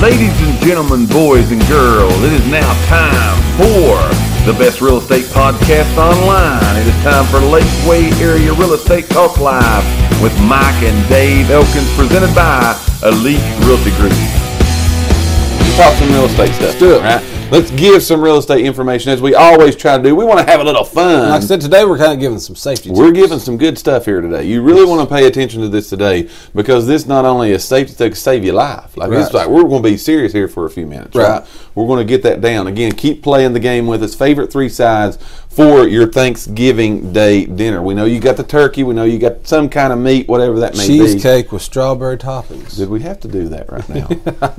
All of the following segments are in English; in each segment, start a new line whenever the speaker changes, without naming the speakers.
Ladies and gentlemen, boys and girls, it is now time for the best real estate podcast online. It is time for Lakeway Area Real Estate Talk Live with Mike and Dave Elkins, presented by Elite Realty Group.
Let's talk some real estate stuff. Let's do it. Right? Let's give some real estate information as we always try to do. We want to have a little fun.
Like I said, today we're kind of giving some safety.
We're
tips.
giving some good stuff here today. You really want to pay attention to this today because this not only is safety that can save your life. Like
Right.
it's like we're going to be serious here for a few minutes. Right.
Right.
We're going to get that down. Again, keep playing the game with us. Favorite three sides for your Thanksgiving Day dinner. We know you got the turkey. We know you got some kind of meat, whatever that may be.
cheesecake with strawberry toppings.
Did we have to do that right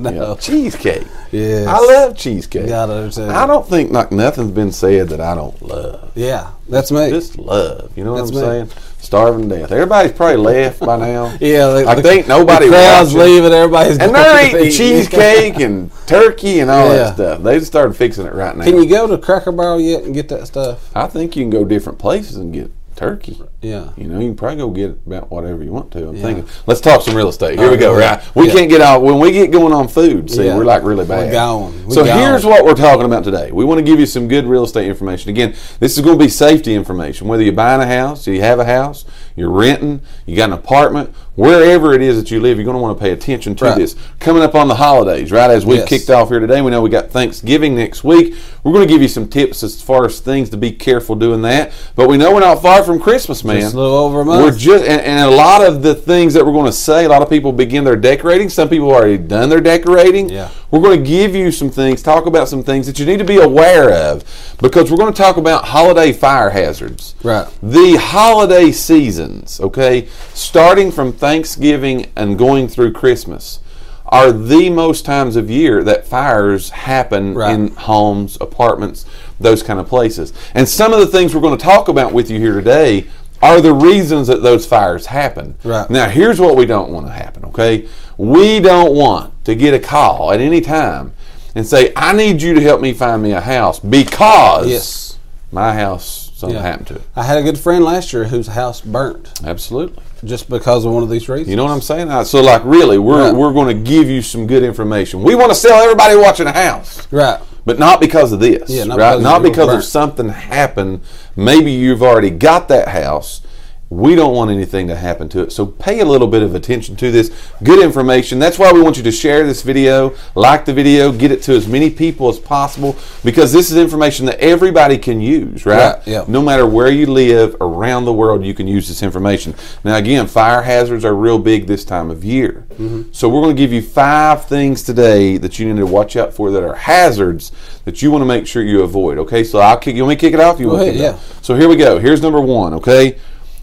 now? Yeah. Cheesecake.
Yes.
I love cheesecake.
Yeah, I do too.
I don't think like nothing's been said that I don't love.
Yeah, that's me.
Just love. You know
That's
what
me.
I'm saying? Starving to death. Everybody's probably left by now.
yeah,
I think nobody
The crowd's
watching.
leaving. Everybody's going
And they're
to
eating
eat.
cheesecake and turkey and all
Yeah.
that stuff. They just started fixing it right now.
Can you go to Cracker Barrel yet and get that stuff?
I think you can go different places and get turkey.
Yeah.
You know, you can probably go get about whatever you want to. I'm
Yeah.
thinking, let's talk some real estate. Here we go.
Alright.
Right, we
Yeah.
can't get out when we get going on food. See,
Yeah.
we're like really bad.
We're gone. We're
so
gone.
here's what we're talking about today. We want to give you some good real estate information. Again, this is going to be safety information. Whether you're buying a house, you have a house, you're renting, you got an apartment, wherever it is that you live, you're going to want to pay attention to
Right.
this. Coming up on the holidays, right as we
Yes.
kicked off here today, we know we got Thanksgiving next week. We're going to give you some tips as far as things to be careful doing that. But we know we're not far from Christmas, man.
Just a little over a month.
We're just and, and a lot of the things that we're going to say a lot of people begin their decorating some people have already done their decorating
Yeah.
we're going to give you some things talk about some things that you need to be aware of because we're going to talk about holiday fire hazards
Right.
the holiday seasons okay starting from thanksgiving and going through christmas are the most times of year that fires happen
Right.
in homes, apartments, those kind of places. And some of the things we're going to talk about with you here today are the reasons that those fires happen.
Right.
Now, here's what we don't want to happen, okay? We don't want to get a call at any time and say, I need you to help me find me a house because
Yes.
my house, something
Yeah.
happened to it.
I had a good friend last year whose house burnt
Absolutely.
just because of one of these reasons.
You know what I'm saying? Uh, So, like, really, we're,
Right.
we're going to give you some good information. We want to sell everybody watching a house.
right?
But not because of this,
Yeah, not
right?
because
not
you were
because of
burnt.
something happened. Maybe you've already got that house. We don't want anything to happen to it. So pay a little bit of attention to this good information. That's why we want you to share this video, like the video, get it to as many people as possible because this is information that everybody can use, right?
Right, yeah.
No matter where you live around the world, you can use this information. Now, again, fire hazards are real big this time of year.
Mm-hmm.
So, we're going to give you five things today that you need to watch out for that are hazards that you want to make sure you avoid. Okay, so I'll kick. You want me to kick it off? You
Go
want to
ahead,
kick it off? So here we go. Here's number one. Okay,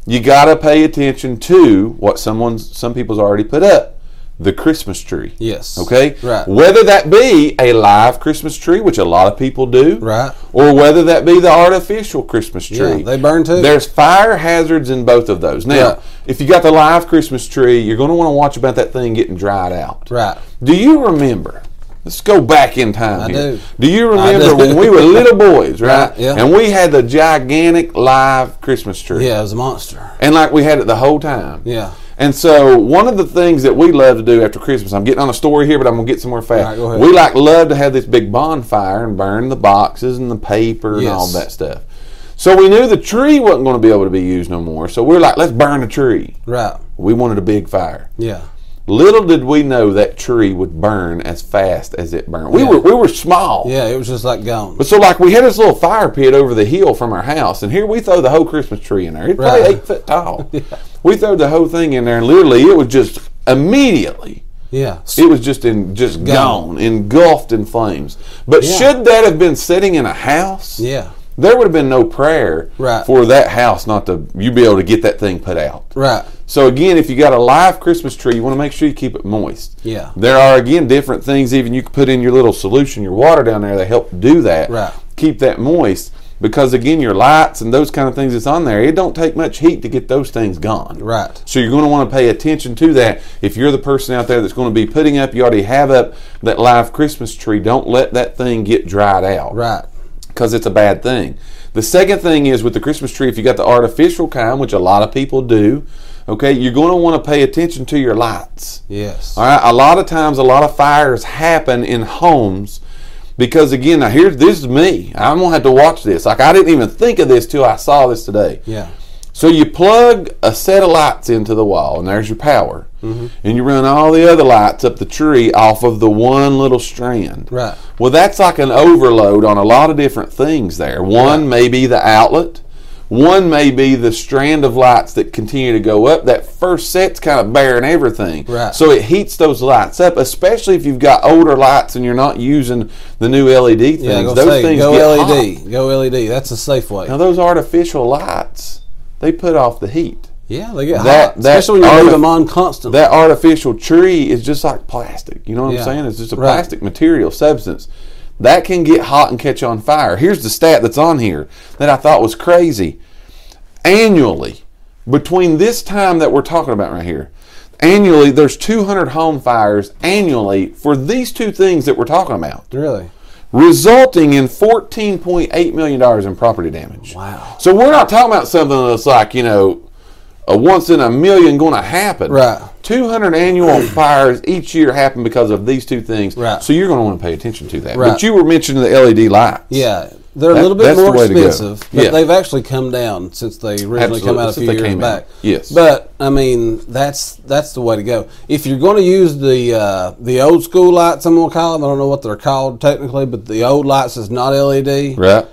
you got to pay attention to what someone's some people's already put up. The Christmas tree.
Yes.
Okay.
Right.
Whether that be a live Christmas tree, which a lot of people do,
Right.
or whether that be the artificial Christmas tree,
Yeah, they burn too.
There's fire hazards in both of those. Now,
Right.
if you got the live Christmas tree, you're going to want to watch about that thing getting dried out.
Right.
Do you remember? Let's go back in time.
I
here.
do.
you
I
remember
do.
when we were little boys, right?
Right, yeah.
And we had the gigantic live Christmas tree.
Yeah, it was a monster.
And like we had it the whole time.
Yeah.
And so one of the things that we love to do after Christmas, I'm getting on a story here, but I'm gonna get somewhere fast.
All right, go ahead.
We like love to have this big bonfire and burn the boxes and the paper and all
Yes.
that stuff. So we knew the tree wasn't going to be able to be used no more. So we're like, let's burn the tree.
Right.
We wanted a big fire.
Yeah.
Little did we know that tree would burn as fast as it burned. We
Yeah.
were we were small.
Yeah, it was just like gone.
But so like we had this little fire pit over the hill from our house, and here we throw the whole Christmas tree in there. It's probably
Right.
eight foot tall. We throw the whole thing in there, and literally it was just immediately
yeah.
it was just in just gone,
Gone.
engulfed in flames. But
Yeah.
should that have been sitting in a house?
Yeah.
There would have been no prayer
Right.
for that house not to you be able to get that thing put out.
Right.
So again, if you got a live Christmas tree, you want to make sure you keep it moist.
Yeah.
There are again different things even you can put in your little solution, your water down there that help do that.
Right.
Keep that moist because again, your lights and those kind of things that's on there, it don't take much heat to get those things gone.
Right.
So you're going to want to pay attention to that. If you're the person out there that's going to be putting up, you already have up that live Christmas tree. Don't let that thing get dried out
Right.
because it's a bad thing. The second thing is with the Christmas tree, if you got the artificial kind, which a lot of people do, Okay, you're going to want to pay attention to your lights.
Yes.
All right. A lot of times, a lot of fires happen in homes because, again, now here's this is me. I'm gonna have to watch this. Like I didn't even think of this till I saw this today.
Yeah.
So you plug a set of lights into the wall, and there's your power,
Mm-hmm.
and you run all the other lights up the tree off of the one little strand.
Right.
Well, that's like an overload on a lot of different things there. One may be the outlet. One may be the strand of lights that continue to go up. That first set's kind of bare and everything.
Right.
So it heats those lights up, especially if you've got older lights and you're not using the new LED things.
Yeah, I'm
those
gonna say,
things
go E
get
LED.
hot.
Go LED. That's a safe way.
Now those artificial lights, they put off the heat.
Yeah, they get
That-
hot.
that
Especially when you leave
artif-
them on constantly.
That artificial tree is just like plastic. You know what
Yeah.
I'm saying? It's just a
Right.
plastic material substance that can get hot and catch on fire. Here's the stat that's on here that I thought was crazy. Annually, between this time that we're talking about right here, annually there's 200 home fires annually for these two things that we're talking about
really?
resulting in $14.8 million in property damage.
Wow.
So we're not talking about something that's like, you know, a once in a million going to happen.
Right.
200 annual fires each year happen because of these two things.
Right.
So you're going to want to pay attention to that.
Right.
But you were mentioning the LED lights.
Yeah, they're
That-
a little bit
that's the
more
way to go.
expensive, but
Yeah.
they've actually come down since they originally come
Absolutely,
out a
since
few
they
years
came out.
back.
Yes.
but I mean that's that's the way to go. If you're going to use the uh, the old school lights, I'm going to call them. I don't know what they're called technically, but the old lights is not E LED.
Right.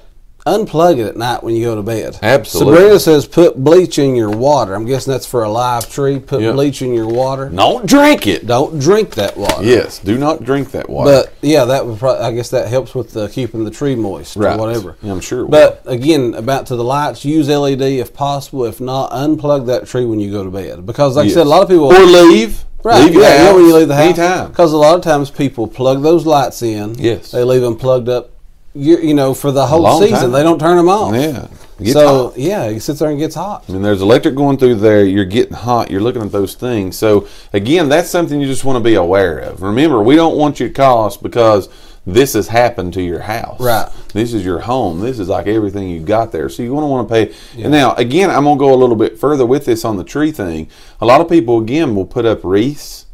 Unplug it at night when you go to bed.
Absolutely.
Sabrina says put bleach in your water. I'm guessing that's for a live tree. Put
Yeah.
bleach in your water.
Don't drink it.
Don't drink that water.
Yes. Do not drink that water.
But yeah, that would probably, I guess that helps with the keeping the tree moist
Right.
or whatever.
Yeah, I'm sure it
But again, about to the lights, use LED if possible. If not, unplug that tree when you go to bed because, like
Yes.
I said, a lot of people
or leave.
Right,
Leave your
yeah, yeah,
house
when you leave the house,
Anytime.
because a lot of times people plug those lights in.
Yes.
they leave them plugged up. You, you know, for the whole
long
season,
time.
they don't turn them off.
Yeah. It gets
So
hot.
yeah, it sits there and gets hot.
I mean, there's electric going through there. You're getting hot. You're looking at those things. So again, that's something you just want to be aware of. Remember, we don't want you to call us because this has happened to your house.
Right.
This is your home. This is like everything you got there. So you want to want to pay. And now, again, I'm gonna go a little bit further with this on the tree thing. A lot of people again will put up wreaths.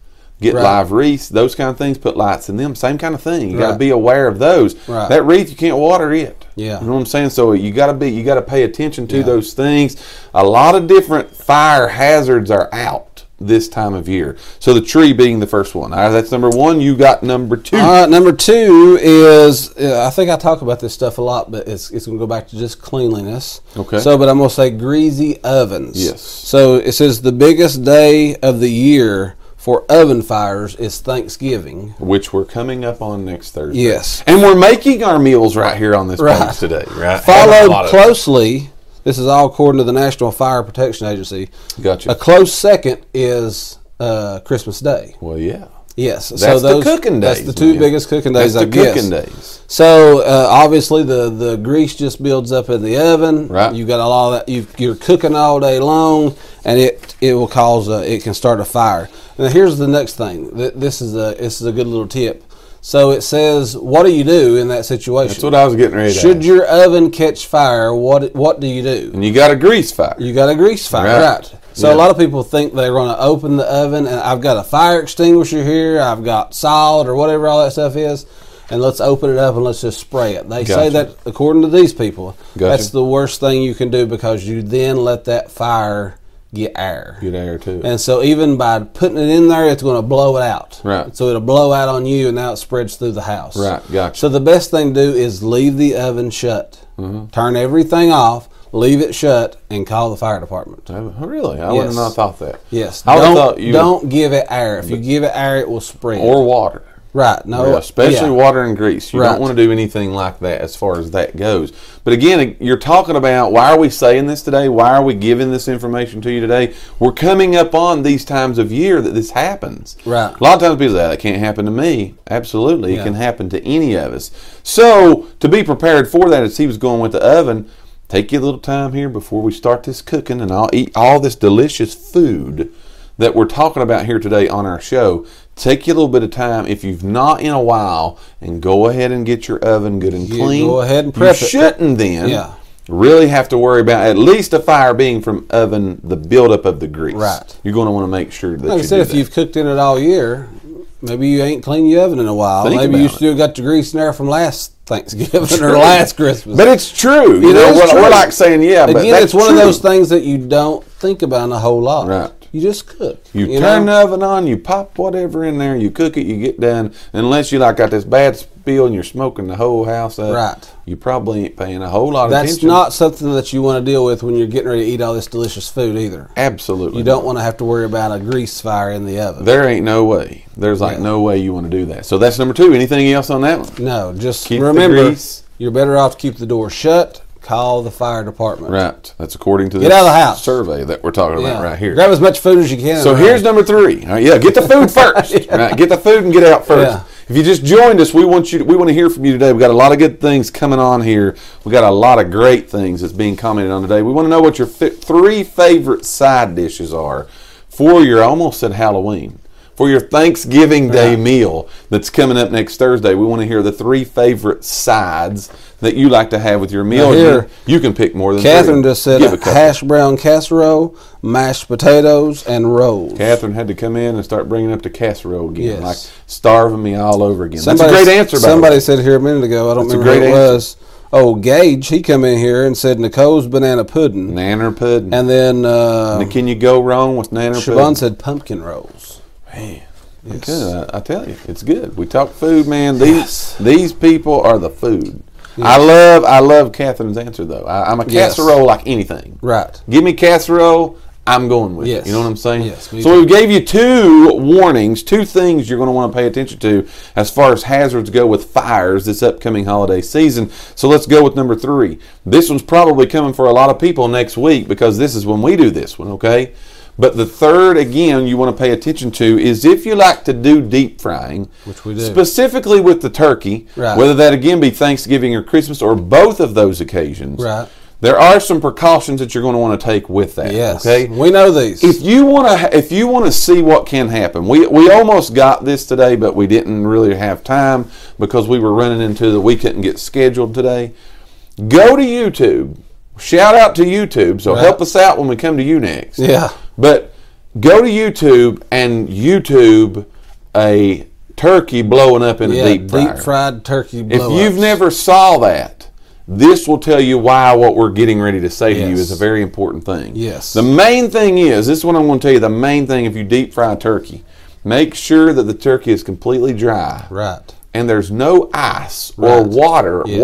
Get
Right.
live wreaths, those kind of things. Put lights in them, same kind of thing. You got to
Right.
be aware of those.
Right.
That wreath, you can't water it.
Yeah.
You know what I'm saying? So you got to be, you got to pay attention to those things. A lot of different fire hazards are out this time of year. So the tree being the first one. All right, that's number one. You got number two.
All right, Uh, number two is uh, I think I talk about this stuff a lot, but it's it's going to go back to just cleanliness.
Okay.
So, but I'm going to say greasy ovens.
Yes.
So it says the biggest day of the year for oven fires is Thanksgiving.
Which we're coming up on next Thursday.
Yes.
And we're making our meals right here on this
Right.
page today. Right. Having a
Followed
lot of-
closely, this is all according to the National Fire Protection Agency.
Gotcha.
A close second is uh, Christmas Day.
Well, yeah.
Yes. so
That's the
those,
cooking days.
That's the two
man.
biggest cooking days.
That's
I
the
guess.
cooking days.
So uh, obviously the, the grease just builds up in the oven.
Right.
You got a lot of that. You, you're cooking all day long, and it it will cause a, it can start a fire. Now here's the next thing. Th- This is a this is a good little tip. So it says, what do you do in that situation?
That's what I was getting ready to
Should
ask.
your oven catch fire? What what do you do?
And you got a grease fire.
You got a grease fire,
Right.
right? So
Yeah.
a lot of people think they're going to open the oven, and I've got a fire extinguisher here, I've got salt or whatever all that stuff is, and let's open it up and let's just spray it. They
Gotcha.
say that according to these people,
Gotcha.
that's the worst thing you can do because you then let that fire get air.
Get air too.
And so even by putting it in there, it's going to blow it out.
Right.
So it'll blow out on you, and now it spreads through the house.
Right, gotcha.
So the best thing to do is leave the oven shut,
Mm-hmm.
turn everything off, leave it shut, and call the fire department.
Oh, really? I would have
Yes.
not thought that.
Yes.
I would have
don't
thought you
don't give it air. If you give it air, it will spread.
or water.
right. No.
Yeah, especially
yeah.
water and grease. You
Right.
don't want to do anything like that as far as that goes. But again, you're talking about why are we saying this today? Why are we giving this information to you today? We're coming up on these times of year that this happens.
Right.
A lot of times people say, that can't happen to me. Absolutely. It
Yeah.
can happen to any of us. So to be prepared for that, as he was going with the oven, take your little time here before we start this cooking and I'll eat all this delicious food that we're talking about here today on our show. Take you a little bit of time if you've not in a while and go ahead and get your oven good and
You
clean.
go ahead and
You
prep it.
shouldn't then
Yeah.
really have to worry about at least a fire being from oven, the buildup of the grease.
Right.
You're going to want to make sure that
Like I
you
said,
do
if
that.
you've cooked in it all year, maybe you ain't cleaned your oven in a while.
Think
maybe you
about it.
still got the grease in there from last Thanksgiving
True.
or last Christmas.
But it's true. You
It
know,
is
we're, we're
true.
like saying, yeah, but
Again,
that's
it's one of
true.
those things that you don't think about a whole lot.
Right.
You just cook.
You, turn
know?
the oven on, you pop whatever in there, you cook it, you get done. Unless you like got this bad spill and you're smoking the whole house up,
Right.
You probably ain't paying a whole lot of
That's
attention.
not something that you want to deal with when you're getting ready to eat all this delicious food either.
absolutely.
You don't want to have to worry about a grease fire in the oven.
There ain't no way. There's like
Yeah.
no way you want to do that. So that's number two. Anything else on that one?
no, just
Keep the
remember,
grease.
you're better off to keep the door shut. Call the fire department.
Right. That's according to
Get out of the house.
survey that we're talking about right here.
Grab as much food as you can.
So
and
here's number three. All right, yeah, get the food first. right, get the food and get out first.
Yeah.
If you just joined us, we want you. we want to hear from you today. We got a lot of good things coming on here. We got a lot of great things that's being commented on today. We want to know what your fi- three favorite side dishes are for your. I almost said Halloween. For your Thanksgiving Day meal that's coming up next Thursday, we want to hear the three favorite sides that you like to have with your meal.
Now here-
you, you can pick more than
Catherine
three.
just said
Give a couple.
hash brown casserole, mashed potatoes, and rolls.
Catherine had to come in and start bringing up the casserole again,
Yes.
like starving me all over again.
Somebody-
That's a great answer. By
somebody
somebody,
said here a minute ago. I don't
That's a
remember who
great
it
answer.
was. Oh, Gage, he come in here and said Nicole's banana pudding,
nanner pudding.
and then uh,
Now, can you go wrong with nanner
Siobhan
pudding?
said pumpkin rolls.
Man, it's good. I, I tell you, it's good. We talk food, man. These these people are the food. I love I love Catherine's answer though. I, I'm a
Yes.
casserole like anything.
Right.
Give me casserole. I'm going with it.
Yes.
You know what I'm saying?
Yes, me
So we gave you two warnings, two things you're going to want to pay attention to as far as hazards go with fires this upcoming holiday season. So let's go with number three. This one's probably coming for a lot of people next week because this is when we do this one, okay? But the third, again, you want to pay attention to is if you like to do deep frying,
Which we do.
specifically with the turkey,
Right.
whether that again be Thanksgiving or Christmas or both of those occasions,
Right.
there are some precautions that you're going to want to take with that.
Yes.
Okay.
We know these.
If you want to, if you want to see what can happen, we we almost got this today, but we didn't really have time because we were running into the we couldn't get scheduled today. Go to YouTube. Shout out to YouTube. So help us out when we come to you next.
Yeah.
But go to YouTube and YouTube a turkey blowing up in
yeah,
a deep fryer.
fried turkey.
If
blow-ups.
you've never saw that, this will tell you why what we're getting ready to say to you
Yes.
is a very important thing.
Yes.
The main thing is this is what I'm going to tell you. The main thing if you deep fry turkey, make sure that the turkey is completely dry
right,
and there's no ice or
Right.
water
Yes.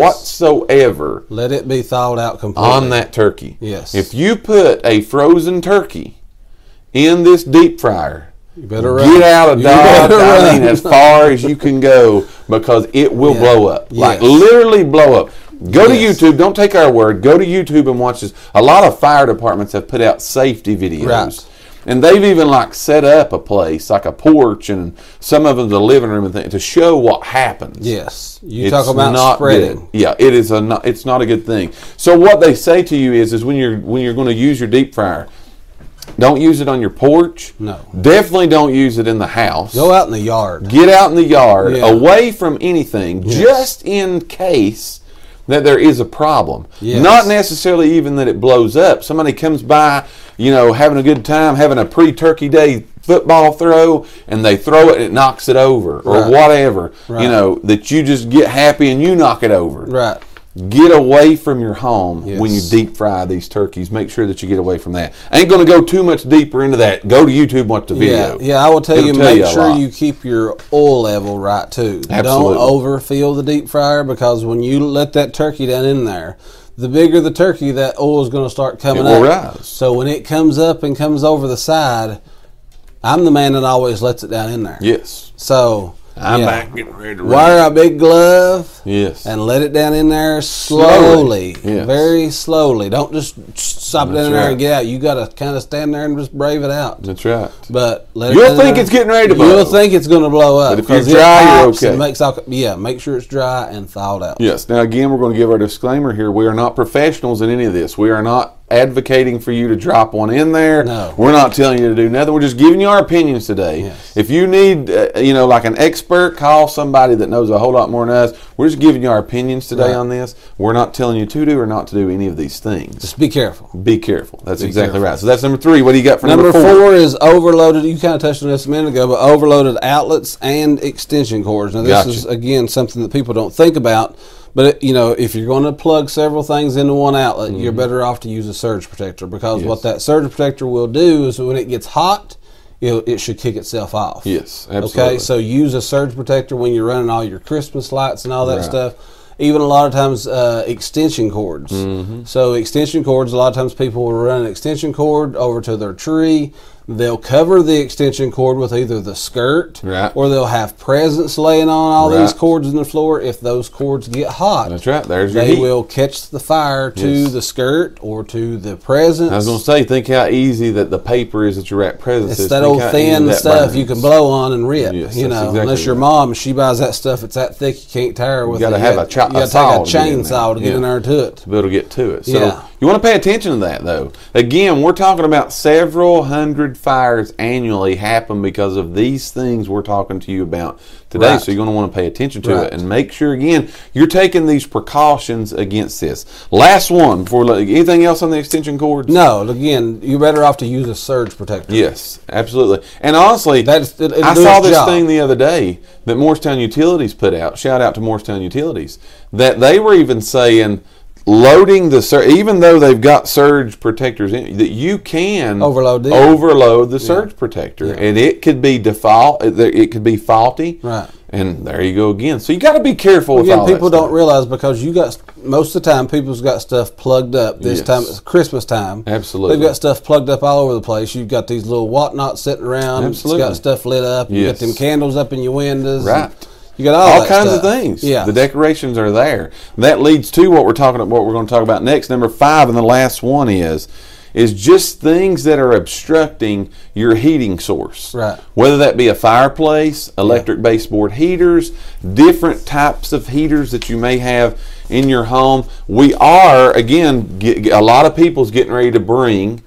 whatsoever
let it be thawed out completely.
on that turkey.
Yes.
If you put a frozen turkey in this deep fryer,
you better run.
Get out of
You
Dodge.
better
I mean,
run.
as far as you can go because it will
Yeah.
blow up. Like
Yes.
literally blow up. Go
Yes.
to YouTube. Don't take our word. Go to YouTube and watch this. A lot of fire departments have put out safety videos.
Right.
And they've even like set up a place, like a porch, and some of them the living room and thing, to show what happens.
Yes, you
It's
talk about
not
spreading.
good. Yeah, it is a not, it's not a good thing. So what they say to you is is when you're when you're going to use your deep fryer, don't use it on your porch.
No.
Definitely don't use it in the house.
Go out in the yard.
Get out in the yard,
Yeah.
away from anything, just in case that there is a problem.
Yes.
Not necessarily even that it blows up. Somebody comes by, you know, having a good time, having a pre turkey day football throw, and they throw it and it knocks it over or
Right.
whatever. You
Right.
know, that you just get happy and you knock it over.
Right.
Get away from your home when you
Yes.
deep fry these turkeys. Make sure that you get away from that. I ain't going to go too much deeper into that. Go to YouTube, watch the
Yeah,
video.
yeah. I will tell
It'll
you.
tell
make
you a
sure
lot.
you keep your oil level right too.
Absolutely.
Don't overfill the deep fryer because when you let that turkey down in there, the bigger the turkey, that oil is going to start coming
will
up.
rise.
So when it comes up and comes over the side, I'm the man that always lets it down in there.
Yes.
So
I'm
yeah.
back getting ready to run.
Wire a big glove.
Yes.
And let it down in there slowly,
Slowly, yes.
very slowly. Don't just stop it
That's
in there
right.
and get out. You got to kind of stand there and just brave it out.
That's right.
But let
You'll
it
think it's getting ready to blow.
You'll think it's going to blow up.
But if you're
'cause it
dry, you're
pops and
okay.
makes alco- yeah, make sure it's dry and thawed out.
Yes. Now, again, we're going to give our disclaimer here. We are not professionals in any of this. We are not advocating for you to drop one in there.
No.
We're not telling you to do nothing. We're just giving you our opinions today.
Yes.
If you need, uh, you know, like an expert, call somebody that knows a whole lot more than us. We're just giving you our opinions today
Right.
on this. We're not telling you to do or not to do any of these things.
Just be careful.
Be careful. That's exactly
careful.
right. So that's number three. What do you got for number,
Number four is overloaded. You kind of touched on this a minute ago, but overloaded outlets and extension cords. Now, this
Gotcha.
is again something that people don't think about. But it, you know, if you're going to plug several things into one outlet, you're
Mm-hmm.
better off to use a surge protector because what that surge protector will do is when it gets hot, it, it should kick itself off.
Yes, absolutely.
Okay, so use a surge protector when you're running all your Christmas lights and all that
Right.
stuff. Even a lot of times, uh, extension cords.
Mm-hmm.
So extension cords. A lot of times, people will run an extension cord over to their tree. They'll cover the extension cord with either the skirt,
Right.
or they'll have presents laying on all these
Right.
cords in the floor. If those cords get hot,
That's right. There's your
they
heat.
will catch the fire to
Yes.
the skirt or to the presents.
I was gonna say, think how easy that the paper is that you wrap presents.
It's
is.
that
Think
old
how easy
thin
that
stuff
burns.
you can blow on and rip.
Yes,
you
that's
know,
exactly
unless your
right.
mom she buys that stuff. It's that thick you can't tire with.
gotta
it.
have a
got-
chop-
You
a
got to
saw to
take
get
a
in
chainsaw to
there.
get in
Yeah.
there to it.
to be able to get to it. So
Yeah.
you want to pay attention to that, though. Again, we're talking about several hundred fires annually happen because of these things we're talking to you about today.
Right.
So you're going to want to pay attention to
Right.
it and make sure again you're taking these precautions against this. Last one before we let- anything else on the extension cords.
No, again, you're better off to use a surge protector.
Yes, absolutely. And honestly,
That's- it- it'll
I
do
saw
its
this
job.
thing the other day that Morristown Utilities put out. Shout out to Morristown Utilities that they were even saying loading the sur- even though they've got surge protectors in that you can
Overload it.
overload the surge protector
Yeah.
and it could be default it it could be faulty
Right.
and there you go again so you got to be careful with
Again,
all
people
that
don't
stuff.
realize because you got most of the time people's got stuff plugged up. This
Yes.
time it's Christmas time.
Absolutely.
they've got stuff plugged up all over the place. You've got these little whatnots sitting around.
Absolutely.
it's got stuff lit up. You got
Yes.
them candles up in your windows.
Right.
You got all,
all,
that
kinds
stuff.
of things.
Yeah,
the decorations are there. That leads to what we're talking about. What we're going to talk about next, number five, and the last one is is just things that are obstructing your heating source.
Right.
Whether that be a fireplace, electric baseboard heaters, different types of heaters that you may have in your home. We are again get, a lot of people's getting ready to bring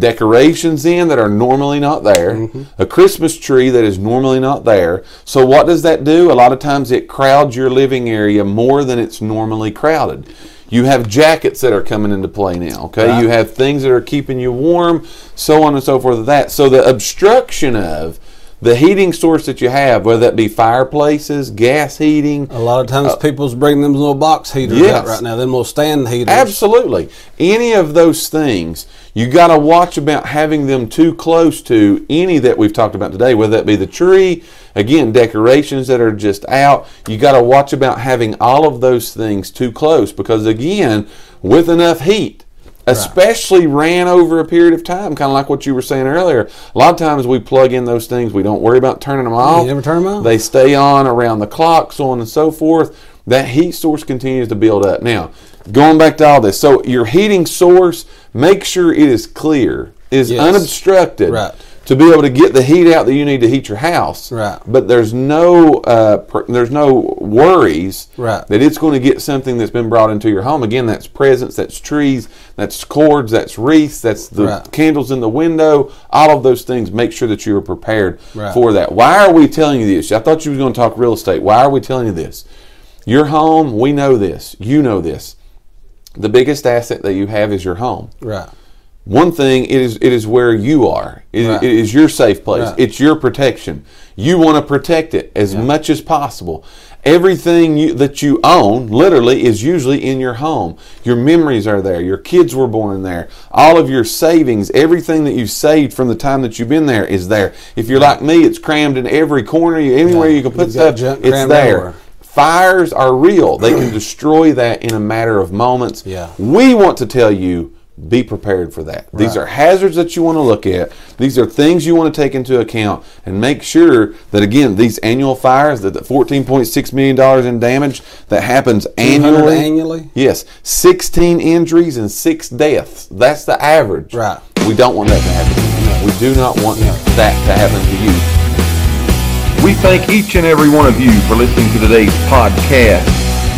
decorations in that are normally not there, a Christmas tree that is normally not there. So, what does that do? A lot of times it crowds your living area more than it's normally crowded. You have jackets that are coming into play now, okay? You have things that are keeping you warm, so on and so forth. That so the obstruction of the heating source that you have, whether that be fireplaces, gas heating,
A lot of times, people's bringing them little box heaters out
Yes.
right now. Them little stand heaters.
Absolutely. Any of those things, you got to watch about having them too close to any that we've talked about today, whether that be the tree, again, decorations that are just out. You got to watch about having all of those things too close because, again, with enough heat, especially ran over a period of time, kind of like what you were saying earlier. A lot of times we plug in those things, we don't worry about turning them off.
never turn 'em off.
They stay on around the clock, so on and so forth. That heat source continues to build up. Now, going back to all this, so your heating source, make sure it is clear, is
Yes.
unobstructed.
Right.
To be able to get the heat out that you need to heat your house,
Right.
But there's no uh, pr- there's no worries,
Right.
That it's going to get something that's been brought into your home. Again, that's presents, that's trees, that's cords, that's wreaths, that's the
Right.
candles in the window. All of those things. Make sure that you are prepared
Right.
for that. Why are we telling you this? I thought you was going to talk real estate. Why are we telling you this? Your home, we know this. You know this. The biggest asset that you have is your home.
Right.
One thing it is it is where you are. It,
Right.
it is your safe place.
Right.
It's your protection. You want to protect it as much as possible. Everything you, that you own, literally, is usually in your home. Your memories are there. Your kids were born there. All of your savings, everything that you've saved from the time that you've been there, is there. If you're like me, it's crammed in every corner, anywhere you can put
You've got
stuff.
junk
It's
crammed
there.
everywhere.
Fires are real. They can destroy that in a matter of moments.
Yeah.
We want to tell you be prepared for that. These
Right.
are hazards that you want to look at. These are things you want to take into account and make sure that again these annual fires that the 14.6 million dollars in damage that happens
200
annually.
annually?
Yes, 16 injuries and 6 deaths. That's the average.
Right.
We don't want that to happen. We do not want that to happen to you.
We thank each and every one of you for listening to today's podcast.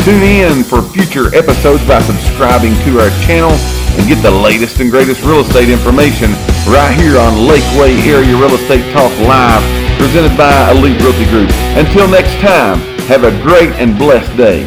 Tune in for future episodes by subscribing to our channel and get the latest and greatest real estate information right here on Lakeway Area Real Estate Talk Live, presented by Elite Realty Group. Until next time, have a great and blessed day.